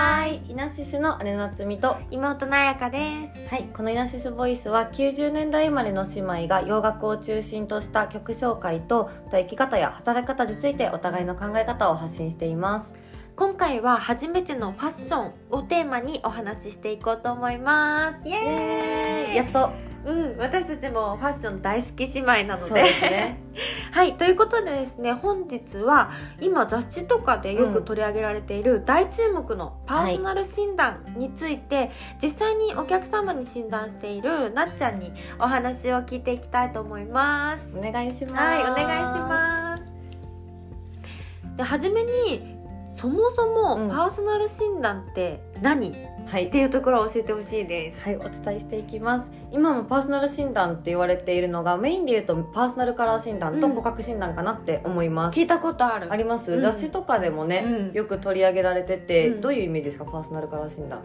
ナシスの姉のつみと妹なやかですはい、このイナシスボイスは90年代生まれの姉妹が洋楽を中心とした曲紹介とあと生き方や働き方についてお互いの考え方を発信しています今回は初めてのファッションをテーマにお話ししていこうと思いますイエイエーーイイやっとうん、私たちもファッション大好き姉妹なのそうでですねはいということでですね本日は今雑誌とかでよく取り上げられている大注目のパーソナル診断について、実際にお客様に診断しているなっちゃんにお話を聞いていきたいと思いますお願いしますはい、お願いします。で、初めに、そもそうんもパーソナル診断って何、っすはいていうところを教えてほしいです。はい、お伝えしていきます今もパーソナル診断って言われているのがメインで言うとパーソナルカラー診断とうん骨格診断かなって思います、聞いたことある。あります、うん雑誌とかでもね、うんよく取り上げられてて、うんどういうイメージですかパーソナルカラー診断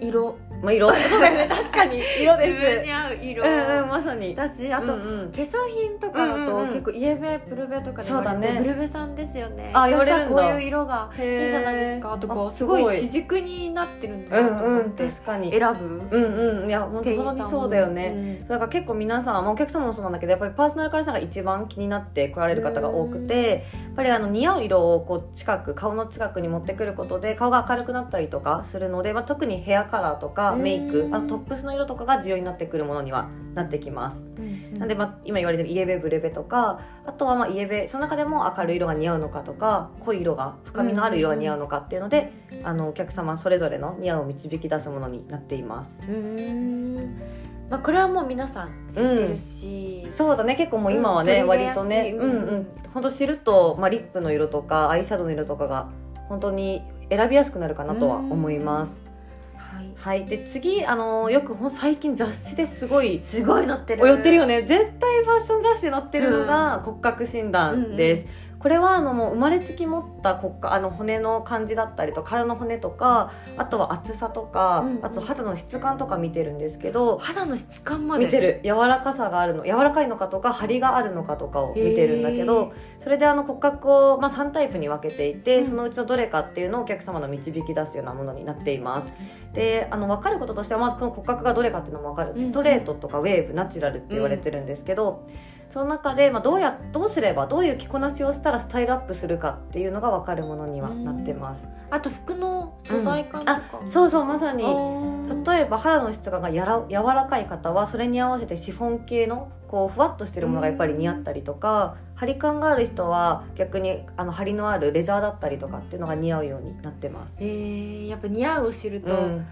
色。まあ色そうだよね確かに色自分でに合うす色。うんうんまさにだし、あと、うんうん化粧品とかだうと、んうんうん結構イエベプルベとかで言われてそうだねブルベさんですよねあ言われるんだそしたらこういう色がいいいんじゃないですかとかすごいす私軸になってるんごだいなとうんう思っんて、確かに選ぶうんうんいや本当店員さ本ん当もにそうだよね、うんだから結構皆さん、まあお客様もそうなんだけどやっぱりパーソナルカラーさんが一番気になって来られる方が多くてやっぱりあの似合う色をこう近く顔の近くに持ってくることで顔が明るくなったりとかするので、まあ、特にヘアカラーとかうんメイクあとトップスの色とかが重要になってくるものにはなってきます、うんなんで、まあ、今言われてるイエベブレベとかあとはまあイエベその中でも明るい色が似合うのかとか濃い色が深みのある色が似合うのかっていうので、あのお客様それぞれの似合うを導き出すものになっていますうーんまあ、これはもう皆さん知ってるし、そうだね結構もう今はね、うん取り割入れやすいとねううんんうんほんと知ると、まあ、リップの色とかアイシャドウの色とかが本当に選びやすくなるかなとは思います、はい、はいで次あのーよくほん最近雑誌ですごいすごい載ってる寄ってるよねね絶対ファッション雑誌で載ってるのが骨格診断です、これはあのもう生まれつき持った骨格あの骨の感じだったりと体の骨とかあとは厚さとか、うんうんあと肌の質感とか見てるんですけど、肌の質感まで見てる柔らかさがあるの柔らかいのかとか張りがあるのかとかを見てるんだけどそれであの骨格を、まあ、3タイプに分けていて、うんそのうちのどれかっていうのをお客様の導き出すようなものになっていますであの分かることとしてはまずこの骨格がどれかっていうのも分かるうんストレートとかウェーブナチュラルって言われてるんですけど、その中で、まあ、どうやどうすればどういう着こなしをしたらスタイルアップするかっていうのが分かるものにはなってます、あと服の素材感とか、そうそうまさにに例えば肌の質感がやら柔らかい方はそれに合わせてシフォン系のこうふわっとしてるものがやっぱり似合ったりとか張り感がある人は逆にあの張りのあるレザーだったりとかっていうのが似合うようになってます。えー、やっぱ似合うを知るうと、ん、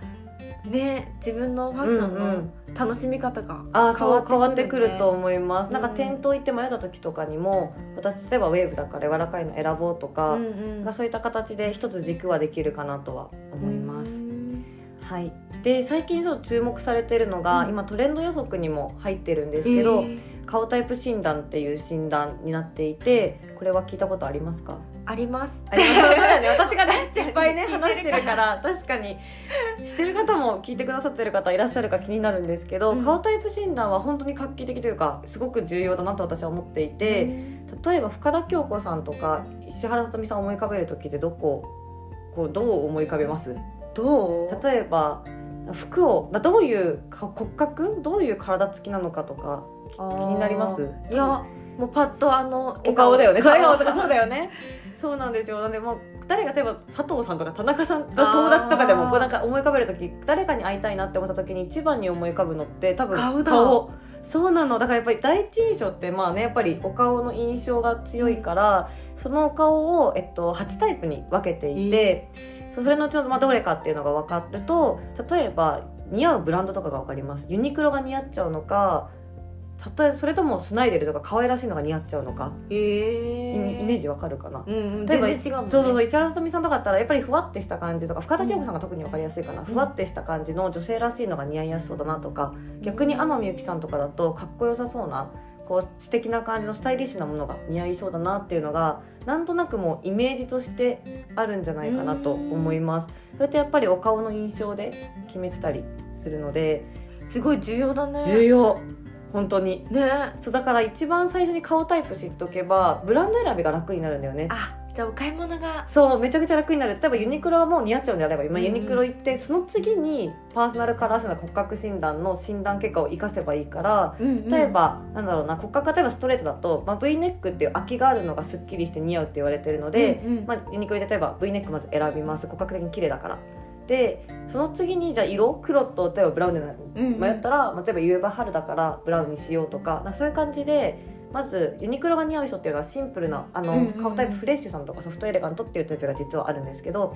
ね自分のファッションの楽しみ方があーそう変変わわっっててくくるると思います、うんなんか店頭行って迷った時とかにも私例えばウェーブだから柔らかいの選ぼうとか、うんうんなんかそういった形で一つ軸はできるかなとは思いますう、んはい、で最近そう注目されてるのが、うん今トレンド予測にも入ってるんですけど、えー顔タイプ診断っていう診断になっていてこれは聞いたことありますかありますあります よね 私がねいいっぱいね聞いてるから話してるから確かにしてる方も聞いてくださってる方いらっしゃるか気になるんですけど、うん顔タイプ診断は本当に画期的というかすごく重要だなと私は思っていて、例えば深田恭子さんとか石原さとみさんを思い浮かべる時ってどここうどう思い浮かべますどう例えば服をだどういうか骨格どういう体つきなのかとか気気になりますいやもうパッとあのお顔だ よねそう笑笑顔顔とかそうだよねそうなんですよなんでもう誰が例えば佐藤さんとか田中さんの友達とかであもーこうなんか思い浮かべる時誰かに会いたいなって思った時に一番に思い浮かぶのって多分顔だそうなのだからやっぱり第一印象ってまあねやっぱりお顔の印象が強いからそのお顔を、えっと、8タイプに分けていて、そうそれのうちの、まあ、どれかっていうのが分かると例えば似合うブランドとかが分かりますユニクロが似合っちゃうのか例えそれともスナイデルとか可愛らしいのが似合っちゃうのかえイーメイメージわかるかな、うんうん、例え全ば然違うもんねそうそうそう市原さとみさんとかだったらやっぱりふわってした感じとか深田恭子さんが特にわかりやすいかな、ふわってした感じの女性らしいのが似合いやすそうだなとか逆に天海祐希さんとかだとかっこよさそうなこう素敵な感じのスタイリッシュなものが似合いそうだなっていうのがなんとなくもうイメージとしてあるんじゃないかなと思いますそれってやっぱりお顔の印象で決めてたりするのですごい重要だね重要本当にねそうだから一番最初に顔タイプ知っとけばブランド選びが楽になるんだよねあじゃあお買い物がそうめちゃくちゃ楽になる例えばユニクロはもう似合っちゃうんであれば今うんユニクロ行って、その次にパーソナルカラーセンター骨格診断の診断結果を生かせばいいから例例えば、なんだろうな骨格例えばストレートだと、まあ、V ネックっていう空きがあるのがすっきりして似合うって言われてるので、まあ、ユニクロで例えば V ネックまず選びます骨格的に綺麗だからでその次にじゃあ色黒と例えばブラウンで迷ったら、まあ例えば夕ば春だからブラウンにしようとかなんかそういう感じでまずユニクロが似合う人っていうのはシンプルなあの、うんうんうん顔タイプフレッシュさんとかソフトエレガントっていうタイプが実はあるんですけど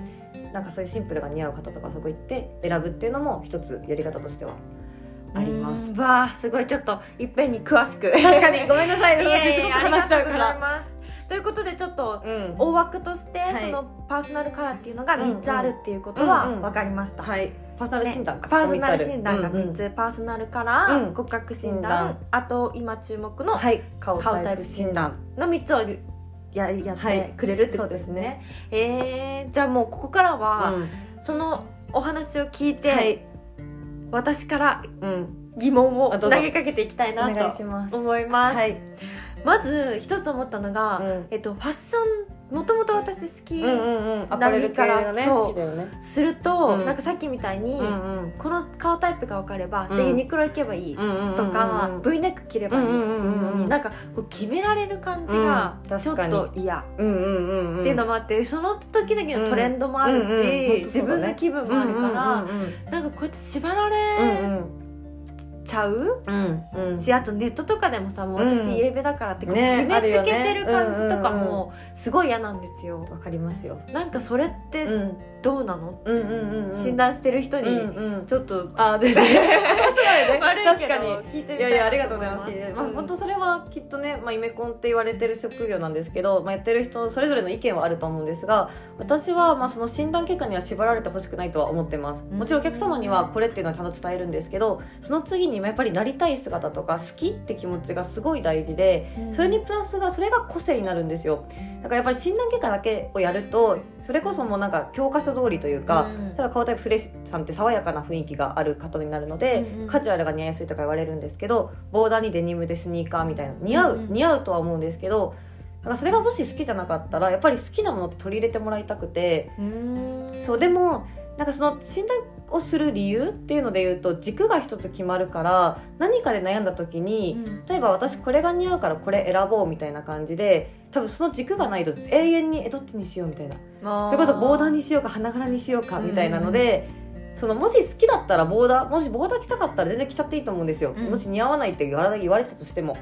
なんかそういうシンプルが似合う方とかそこ行って選ぶっていうのも一つやり方としてはあります。うんわあすごいちょっといっぺんに詳しく確かに ごめんなさいいやい私すやいごくや話しちゃうかありら。がとうございますということでちょっとうん大枠として、はいそのパーソナルカラーっていうのがうんうん3つあるっていうことはうんうん分かりました、はい、パーソナル診断か、パーソナル診断がうんうん3つ、パーソナルカラー、うん骨格診診断断あと今注目のはい、顔顔タタイイププ診診断断の3つをややっはていくれるってことですね,、えーじゃあもうここからは、うんそのお話を聞いて、はい、私からうん、疑問をあ投どうぞげかけていきたいおな願いしとます。思いますはい、まず一つ思ったのが、うんえっと、ファッションもともと私好き、うんうんうん、アパレル系がね、そう好きだよね。すると、うんなんかさっきみたいに、うんうん、この顔タイプが分かれば、うんじゃあユニクロ行けばいい、とか、V ネック着ればいいっていうのに、うんうんうんうんなんかこう決められる感じがうんちょ確かっにと嫌、っうんうんうんうん、ていうのもあってその時々のトレンドもあるし、うんうんうん本当自そうだね分の気分もあるから、うんうんなんかこうやって縛らうれんちゃう、うんうんしあとネットとかでもさもう私うんイエベだからってこうね決めつけてる感じあるよねとかうんうんもすごい嫌なんですよ。わかりますよ。なんかそれっうてんどうなの、うんうんうん、診断してる人うんうにん、ちょっとあ、ですね。 悪いけ確どかに。聞いてみたいいやいやありがとうございます。まあうん本当それはきっとね、まあイメコンって言われてる職業なんですけど、まあやってる人それぞれの意見はあると思うんですが、私はまあその診断結果には縛られてほしくないとは思ってます。もちろんお客様にはこれっていうのはちゃんと伝えるんですけど、その次にやっぱりなりたい姿とか好きって気持ちがすごい大事で、それにプラスがそれが個性になるんですよだからやっぱり診断結果だけをやるとそれこそもうなんか教科書通りというか、うんただ顔タイプフレッシュさんって爽やかな雰囲気がある方になるので、うんうんカジュアルが似合いやすいとか言われるんですけどボーダーにデニムでスニーカーみたいな似合う、うんうん似合うとは思うんですけどだからそれがもし好きじゃなかったらやっぱり好きなものって取り入れてもらいたくてうんそうでもなんかその診断をする理由っていうので言うと軸が一つ決まるから何かで悩んだ時に、うん例えば私これが似合うからこれ選ぼうみたいな感じで多分その軸がないと永遠にえどっちにしようみたいなまあそれこそボーダーにしようか花柄にしようかうんみたいなので、そのもし好きだったらボーダーもしボーダー着たかったら全然着ちゃっていいと思うんですよ、うんもし似合わないって言われ言われたとしても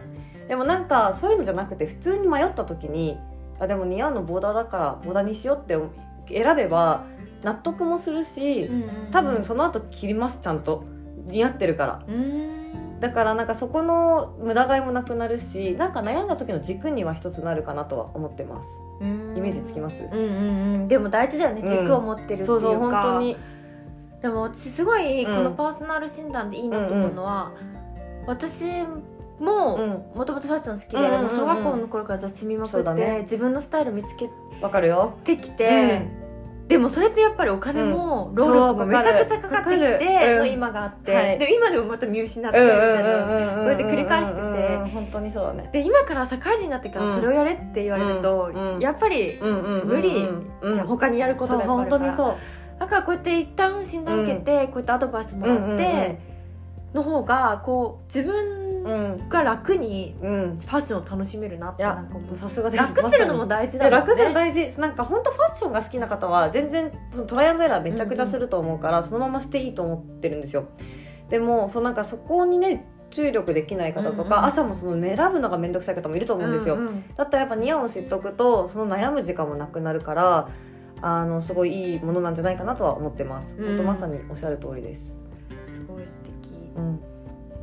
でもなんかそういうのじゃなくて普通に迷った時にあでも似合うのボーダーだからボーダーにしようって選べば納得もするし、うんうんうん多分その後着りますちゃんと似合ってるからうんだからなんかそこの無駄買いもなくなるしなんか悩んだ時の軸には一つなるかなとは思ってますうんイメージつきますうんうんうんでも大事だよねうん軸を持ってるっていうか、そうそう本当にでも私すごいこうんのパーソナル診断でいいなと思うのは、私もうもともとファッション好きで、うんうんうんもう小学校の頃から雑誌見まくそっうて、だね自分のスタイル見つけんわかるよてきて、でもそれってやっぱりお金も労力もそうめちゃくちゃかかわかってきてるのうん今があって、はいで今でもまた見失ってうんみうんたうんいな、うんうんこうやって繰り返しててうんうんうん本当にそうだねで今から社会人になってからそれをやれって言われると、うんうんやっぱり、うんうん無理うんじゃあ他にやるこそとうがいっぱいあ本る当からにそうだからこうやって一旦診断受けて、こうやってアドバイスもらって、うんうんの方がこう自分うんが楽にうんファッションを楽しめるなっていやなんか思うさすがです楽するのも大事だよね楽じゃ大事なんか本当ファッションが好きな方は全然そのトライアンドエラーめちゃくちゃすると思うから、そのまましていいと思ってるんですよでもそうなんかそこにね注力できない方とか、うんうん朝もその選ぶのが面倒くさい方もいると思うんですよ、うんうんだったらやっぱ似合うを知っておくとその悩む時間もなくなるからあのすごいいいものなんじゃないかなとは思ってます、うん本当まさにおっしゃる通りです、すごい素敵うん、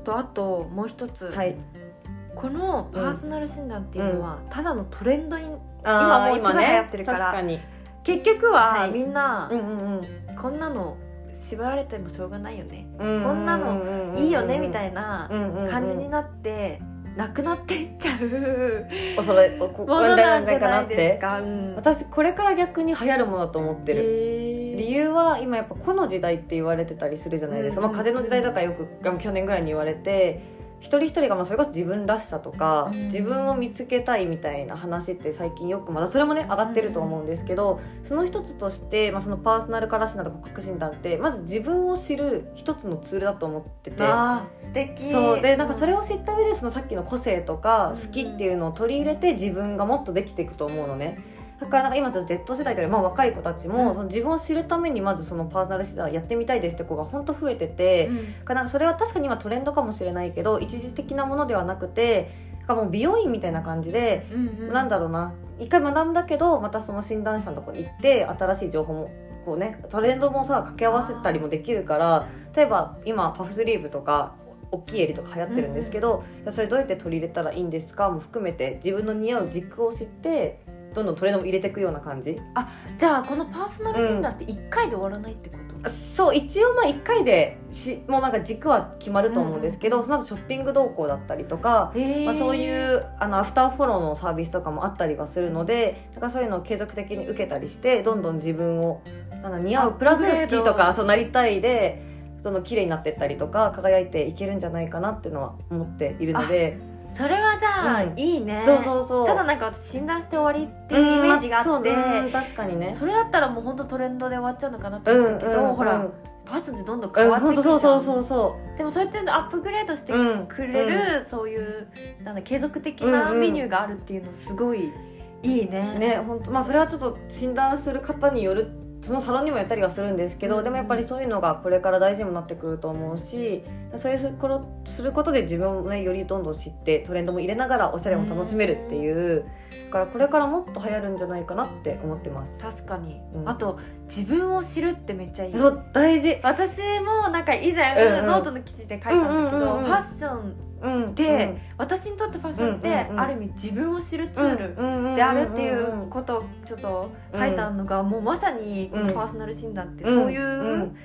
とあともう一つ、はいこのパーソナル診断っていうのは、ただのトレンドにあー今もうすごい流行ってるから確かに結局は、はいみんな、うんうんこんなの縛られてもしょうがないよね、うんこんなのいいよねみたいいなな感じになって、なくなっていっちゃうおそれおこもの問題ななんんじじゃゃないかなないっですてか。うん私これから逆に流行るものだと思ってる、えー理由は今やっぱ「この時代」って言われてたりするじゃないですか、うんまあ、風の時代だからよく去年ぐらいに言われて一人一人がまあそれこそ自分らしさとか、うん自分を見つけたいみたいな話って最近よくまだそれもね上がってると思うんですけど、その一つとして、まあ、そのパーソナルカラシナとか骨格診断ってまず自分を知る一つのツールだと思ってて。あー素敵そうでなんかそれを知った上でそのさっきの個性とかうん好きっていうのを取り入れて自分がもっとできていくと思うのねだからなんか今ちょっと Z 世代というか、まあ、若い子たちも、うんその自分を知るためにまずそのパーソナル診断やってみたいですって子が本当増えてて、うんだからなんかそれは確かに今トレンドかもしれないけど一時的なものではなくてなんかもう美容院みたいな感じで、うんなんだろうな一回学んだけどまたその診断士さんのとこ行って新しい情報もこうねトレンドもさ掛け合わせたりもできるから例えば今パフスリーブとか大きい襟とか流行ってるんですけど、いやそれどうやって取り入れたらいいんですかも含めて自分の似合う軸を知ってどんどんトレンドも入れていくような感じじゃあこのパーソナル診断って1回で終わらないってこと、そう一応まあ1回でしもうなんか軸は決まると思うんですけど、その後ショッピング動向だったりとか、へーまあ、そういうあのアフターフォローのサービスとかもあったりはするのでだからそういうのを継続的に受けたりしてどんどん自分をなんだ似合アッうププグレーラドス好きとかそうなりたいでどんどん綺麗になってったりとか輝いていけるんじゃないかなっていうのは思っているのでそれはじゃあ、うんいいねそうそうそうただなんか私診断して終わりっていうイメージがあって、うんまあそううん確かにねそれだったらもう本当トレンドで終わっちゃうのかなとうん思ったけど、ほら、うんパーソンってどんどん変うわんってい本く当じゃそん、うそうそうそでもそうやってアップグレードしてううんくれる、そういうなんだ継続的なうんうんメニューがあるっていうのすごいいいね、ね本当まあそれはちょっと診断する方によるそのサロンにもやったりはするんですけど、うんでもやっぱりそういうのがこれから大事にもなってくると思うしそういうすこのすることで自分を、ね、よりどんどん知ってトレンドも入れながらおしゃれも楽しめるっていう、だからこれからもっと流行るんじゃないかなって思ってます。確かに、うんあと自分を知るってめっちゃいいそう大事私もなんか以前、うんうんノートの記事で書いたんだけど、うんうんうんうんファッションうんで私にとってファッションって、うんうんうんある意味自分を知るツうんール、うんであるっていんんうんことをちょっと書いたのが、もうまさにこのパーソナル診断ってうんそういう、ん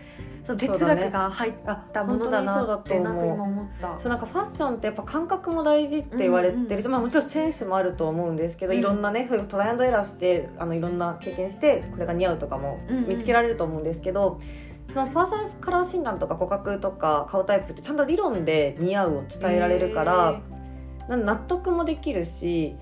その哲学が入っあたものだ本当にそうなだとっ思てうなんか今思った。そうなんかファッションってやっぱ感覚も大事って言われてるし、まあ、もちろんセンスもあると思うんですけど、うんいろんなねそういうトライアンドエラーしてあのいろんな経験してこれが似合うとかもうんうん見つけられると思うんですけど、そのファーサルカラー診断とか骨格とか顔タイプってちゃんと理論で似合うを伝えられるから、なん納得もできるし。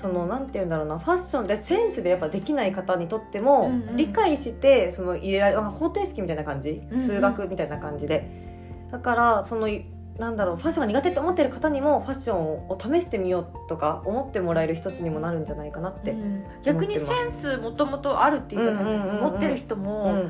そのなんて言うんだろうなファッションでセンスでやっぱできない方にとっても、うんうん理解してその入れられまあ方程式みたいな感じうんうん数学みたいな感じで、だからそのいなんだろうファッションが苦手って思ってる方にもファッションを試してみようとか思ってもらえる一つにもなるんじゃないかなっえて、ーうんうん逆にセンスもともとあるっていう方うんうんうんうん持ってる人も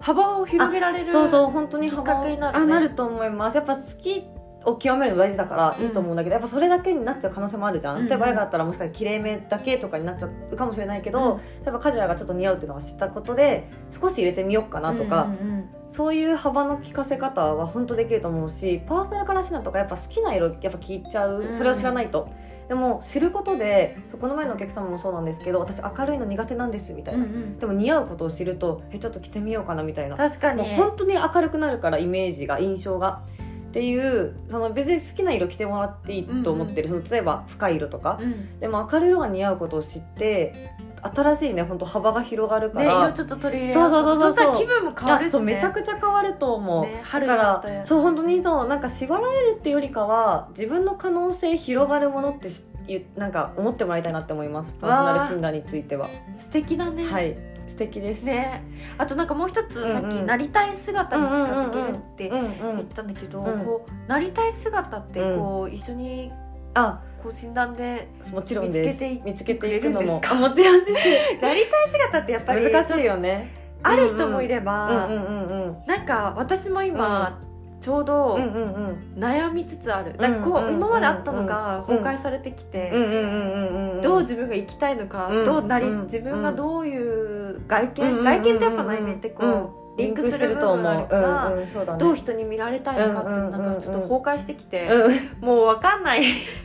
幅を広げられるそうそう本当にきっかけにな幅るねをあなると思いますやっぱ好きを極めるの大事だからいいと思うんだけど、やっぱそれだけになっちゃう可能性もあるじゃうんん、うん例えば誰かだったらもしかしたらきれいめだけとかになっちゃうかもしれないけど、例えばカジュアルがちょっと似合うっていうのが知ったことで少し入れてみようかなとか、うんうんうんそういう幅の利かせ方は本当できると思うしパーソナルカラー診断とかやっぱ好きな色やっぱ聞いちゃううんそれを知らないと、でも知ることでそうこの前のお客様もそうなんですけど私明るいの苦手なんですみたいな、うんうんでも似合うことを知るとえちょっと着てみようかなみたいな確かもにう本当に明るくなるからイメージが印象がっていうその別に好きな色着てもらっていいと思ってる、その例えば深い色とか、うんでも明るい色が似合うことを知って新しいね本当幅が広がるかねら、色ちょっと取り入れそうそうよそうそうとしたら気分も変わるあしそうねめちゃくちゃ変わると思う、ね春だかだったやらつそう本当にそうなんか縛られるっていうよりかは自分の可能性広がるものってしゆなんか思ってもらいたいなって思いますパーソナル診断については素敵だねはい素敵ですねあとなんかもう一つうんうんさっきなりたい姿に近づけるってうんう言っんたんだけど、うんこうなりたい姿ってうんこう一緒にあこう診 断でもちろんです見見つつけけてていいくくののももあもちろんですなりたい姿ってやっぱり難しいよねある人もいればう、んうんうんなんか私も今、ちょううどんうんうん悩みつつある、なんかこうんううん今まであったのがうん崩壊されてきて、うんうんうんうんうんどう自分が生きたいのか、うんどうなり、うん自分がどういう外見、うん外見ってやっぱ内面ってこう、うんリンクする部と分があ思るうかうら、んうんそうだねどう人に見られたいのかっていうのがなんかちょっと崩壊してきて、うんもうわかんない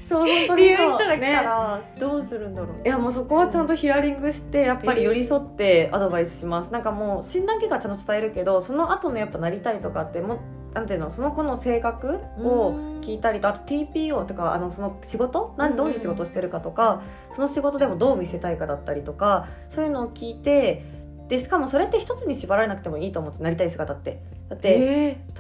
そう本当っていにうそう人が来たねらどうするんだろいう、やもうそこはちゃんとヒアリングしてやっぱり寄り添ってアドバイスしますなんかもう診断結果はちゃんと伝えるけどその後のやっぱなりたいとかってもなんていうのその子の性格を聞いたりとあと TPO とかあのその仕事なうんんどういう仕事をしてるかとかその仕事でもどう見せたいかだったりとかそういうのを聞いてでしかもそれって一つに縛られなくてもいいと思ってなりたい姿ってだってで、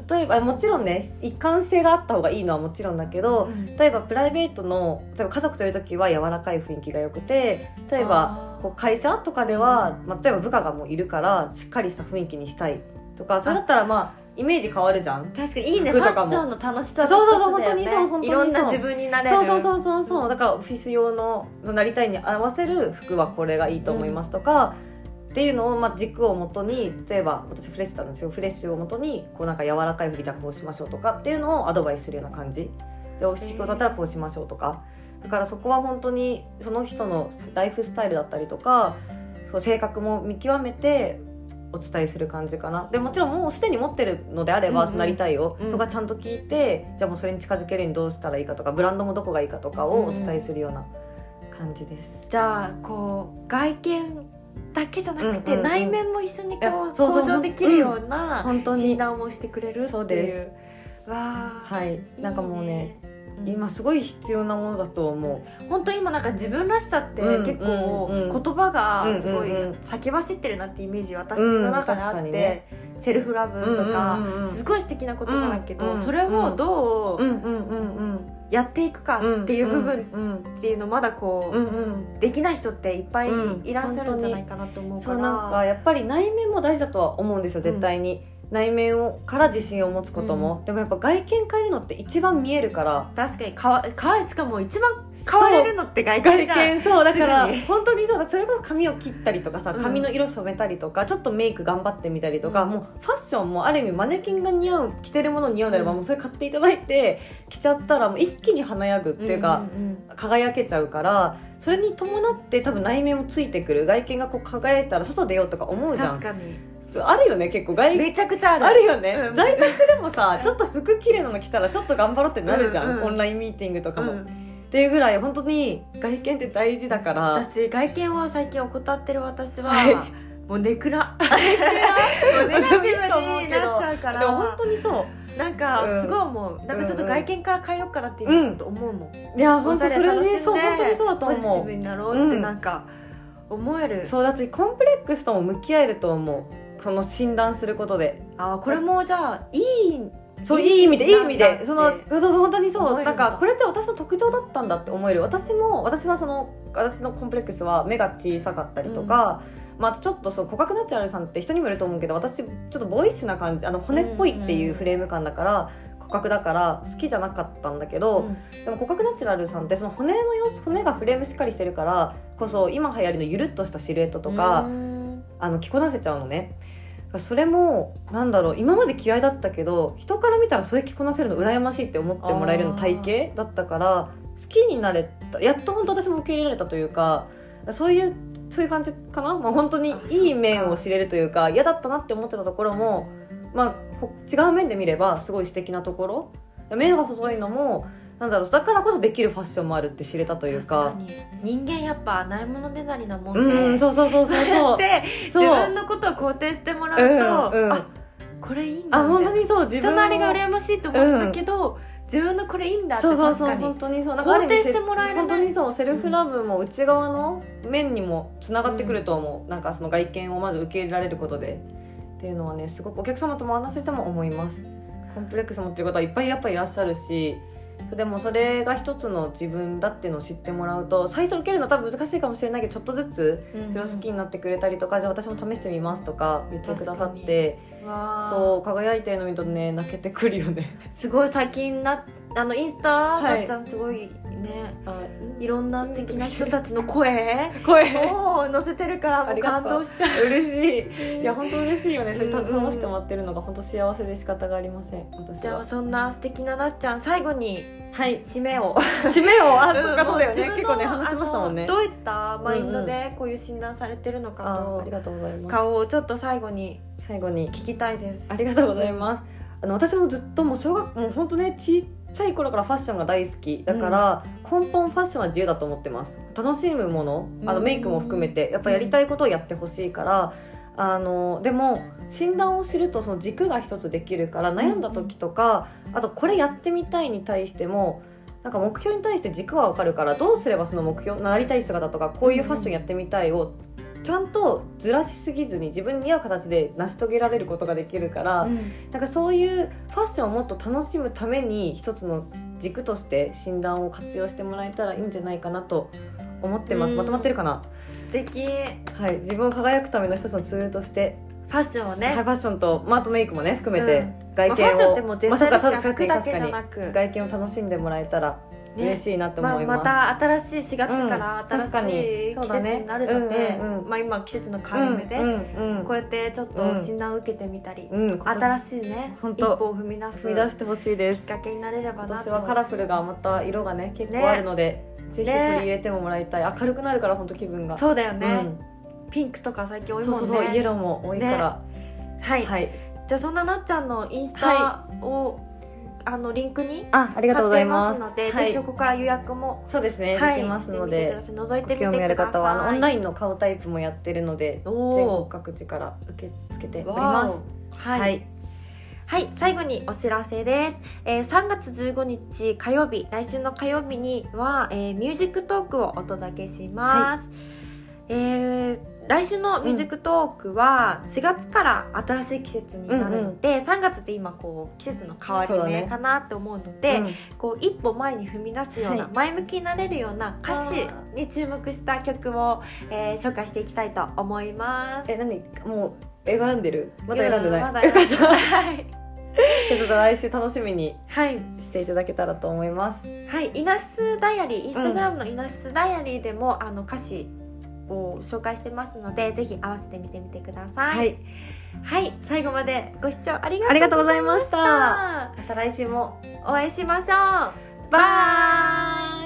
例えばもちろんね一貫性があった方がいいのはもちろんだけど例えばプライベートの例えば家族といる時は柔らかい雰囲気が良くて例えばこう会社とかでは、まあ、例えば部下がもういるからしっかりした雰囲気にしたいとかそれだったらまあイメージ変わるじゃん確かにいいねフ服とァかッもションの楽しさそうそうそうの一つだよね本当にそう本当にそいうろんな自分になれるそうそうそうそうそうだからオフィス用のなりたいに合わせる服はこれがいいと思いますとか、っていうのを、まあ、軸をもとに例えば私フレッシュなんですよフレッシュをもとにこうなんか柔らかい振りじゃこうしましょうとかっていうのをアドバイスするような感じでお仕事だったらこうしましょうとかだからそこは本当にその人のライフスタイルだったりとかそう性格も見極めてお伝えする感じかなでもちろんもうすでに持ってるのであれば、うんうんそのなりたいを、うんとかちゃんと聞いてじゃあもうそれに近づけるようにどうしたらいいかとかブランドもどこがいいかとかをお伝えするような感じです、じゃあこう外見だけじゃなくて、うんうんうん内面も一緒にこいやうそうそう向上できるような本当診に断をしてくれるっていうそうですわあ、はいいいなんかもうねうん今すごい必要なものだと思本当今なんか自分らしさってうん結構うんうん言葉がすごいうんうんうん先走ってるなってイメージ私の中であうん確かっにてねセルフラうブとかすすごい素敵な言葉だけうどんそれをどうんううんうんうんやっていくかうんっていう部分うんっていうのまだうこんうんうできない人っていっぱいうんいらっしゃるんじゃないかなと思うかそうらなんかやっぱり内面も大事だとは思うんですよ絶対に、内面をから自信を持つことも、でもやっぱ外見変えるのって一番見えるから確かにかわかわいしかも一番変われるのって外見外じゃん見そうだからすぐに本当にそうだそれこそ髪を切ったりとかさうん髪の色染めたりとか、ちょっとメイク頑張ってみたりとか、うんもうファッションもある意味マネキンが似合う着てるもの似合うならば、うんもうそれ買っていただいて着ちゃったらもう一気に華やぐっていうか、んん輝けちゃうからそれに伴って多分内面もついてくる外見がこう輝いたら外出ようとか思ううんじゃ確んかにあるよね結構外見めちゃくちゃあるあるよね、うん在宅でもさちょっと服綺麗なの着たらちょっと頑張ろうってなるじゃん、うんうんオンラインミーティングとかも、うっんていうぐらい本当に外見って大事だから私外見を最近怠ってる私は、はいも うネクラネクラもうネガティブになっちゃうかでも本ら当にそうなんかすごい思う、なんかちょっと外見から変えようかなって今ちょっと思うもん、いやお本し当ゃそれれ楽しんねでそう本当にそうだとポジテ思ィブうになろうってうんなんか思える、そうだってコンプレックスとも向き合えると思うこの診断することであーこれもじゃあいいそういいいい意味でいい意味なんだでってそのそうそう本当に思えそるうんだなんかこれって私の特徴だったんだって思える私も私はその私のコンプレックスは目が小さかったりとか、まあちょっとそう骨格ナチュラルさんって人にもいると思うけど私ちょっとボーイッシュな感じあの骨っぽいっていうフレーム感だから。骨格だから好きじゃなかったんだけど、でも骨格ナチュラルさんってその骨の様子骨がフレームしっかりしてるからこそ今流行りのゆるっとしたシルエットとか、うんあの着こなせちゃうのねだからそれもなんだろう今まで嫌いだったけど人から見たらそれ着こなせるの羨ましいって思ってもらえるような体型だったから好きになれたやっと本当私も受け入れられたというかそういうそういう感じかな、まあ、本当にいい面を知れるというか嫌だったなって思ってたところも、まあ、ほ違う面で見ればすごい素敵なところ目が細いのもなんだろうだからこそできるファッションもあるって知れたという確かかに人間やっぱないものねだりなもんで、うんそうそうそうそうそう で自そう分のことを肯定してもらうと、うんうんあこれいいんだあみた本いな当にそう自人分なりもが羨ましいと思ってたけど、自分のこれいいんだってそう確そうそかうに本当にそう肯定してもらえるね本当にそうセルフラブも内側の面にもつながってくると思う、なんかその外見をまず受け入れられることでっていうのはねすごくお客様とも話せても思いますコンプレックス持ってる方はいっぱいやっぱいいらっしゃるしでもそれが一つの自分だっていうのを知ってもらうと最初受けるの多分難しいかもしれないけどちょっとずつそれを好きになってくれたりとか、じゃあ私も試してみますとか言ってくださってそそう輝いてるの見るとね泣けてくるよねうすごい最近なあのインスタ、いなっちゃんすごいねいいろんな素敵な人たちの 声声を載せてるからもあうりが感とう動しちゃう嬉しいいや本当嬉しいよねそれうんうん頼ませてもらってるのが本当幸せで仕方がありません私じゃあはそんな素敵ななっちゃん最後にはい締めを締めをあそんうかそうだよ自ね分の結構ね話しましたもんあねのどういったマインドでこういう診断されてるのかあありとがとうございます顔をちょっと最後に最後に聞きたいですありがとうございますあの私もずっともう小学もう本当ねちっちゃい頃からファッションが大好きだから、根本ファッションは自由だと思ってます楽しむものあのうんメイクも含めてやっぱやりたいことをやってほしいから、あのでも診断を知るとその軸が一つできるから悩んだ時とか、あとこれやってみたいに対してもなんか目標に対して軸はわかるからどうすればその目標なりたい姿とかこういうファッションやってみたいをちゃんとずらしすぎずに自分に合う形で成し遂げられることができるから、なんかそういうファッションをもっと楽しむために一つの軸として診断を活用してもらえたらいいんじゃないかなと思ってますうんまとまってるかな素敵フはい自分を輝くための一つのツールとして、ァッションをね、はい、ファッションと、まあ、あとメイクもね含めうてん外まあファッションって見もを、う絶まあそう対かでそうかすかそうか服だ確けじかゃになく、外見を楽しんでもらえたら嬉しいなって思まあ、います、また新しい4月うんから確かに新しい季そう節だねになるので、うんうんまあ、今季節の変わり目で、うんうんうんこうやってちょっうとん診断を受けてみたり、うん、今年新しいね本一当歩を踏み出す踏み出してほしいできっすかけになれれば今な年とはカラフルがまた色がね結構あるので、ぜひ取り入れてもらいたい、明るくなるから本当気分がそうだようね、んピンクとか最近多いそうもんそうねそうイエローも多いから、はい、はいじゃあそんななっちゃんのインスタはを、あのリンクにあありがとうございます貼ってますので、はいぜひそこから予約も、そうですね、はいできますの見てみてでください覗いてご興味みてくださいある方はあのオンランインの顔タイプもやってるので全国おー各地から受け付けておりわますおははい、はいいはい、最後にお知らせです、えー3月15日火曜日来週の火曜日には、えーミュージックトークをお届けします、えー来週のミュージックトークは4月から新しい季節になるので、3月って今こう季節の変わそうだりね目かなって思うので、うんこう一歩前に踏み出すような、はい前向きになれるような歌詞に注目した曲を、えー紹介していきたいと思います。え何もう選んでるまだ選んでない、うまだよかっ選んでたはい ちょっと来週楽しみにはいしていただけたらと思いますはい、イナスダイアリー、インスタグラムのイナスダイアリーでも、あの歌詞を紹介してますので、ぜひ合わせて見てみてください。はい、最後までご視聴ありがとうありがとうございまましたした。また来週もお会いしましょう。バイ。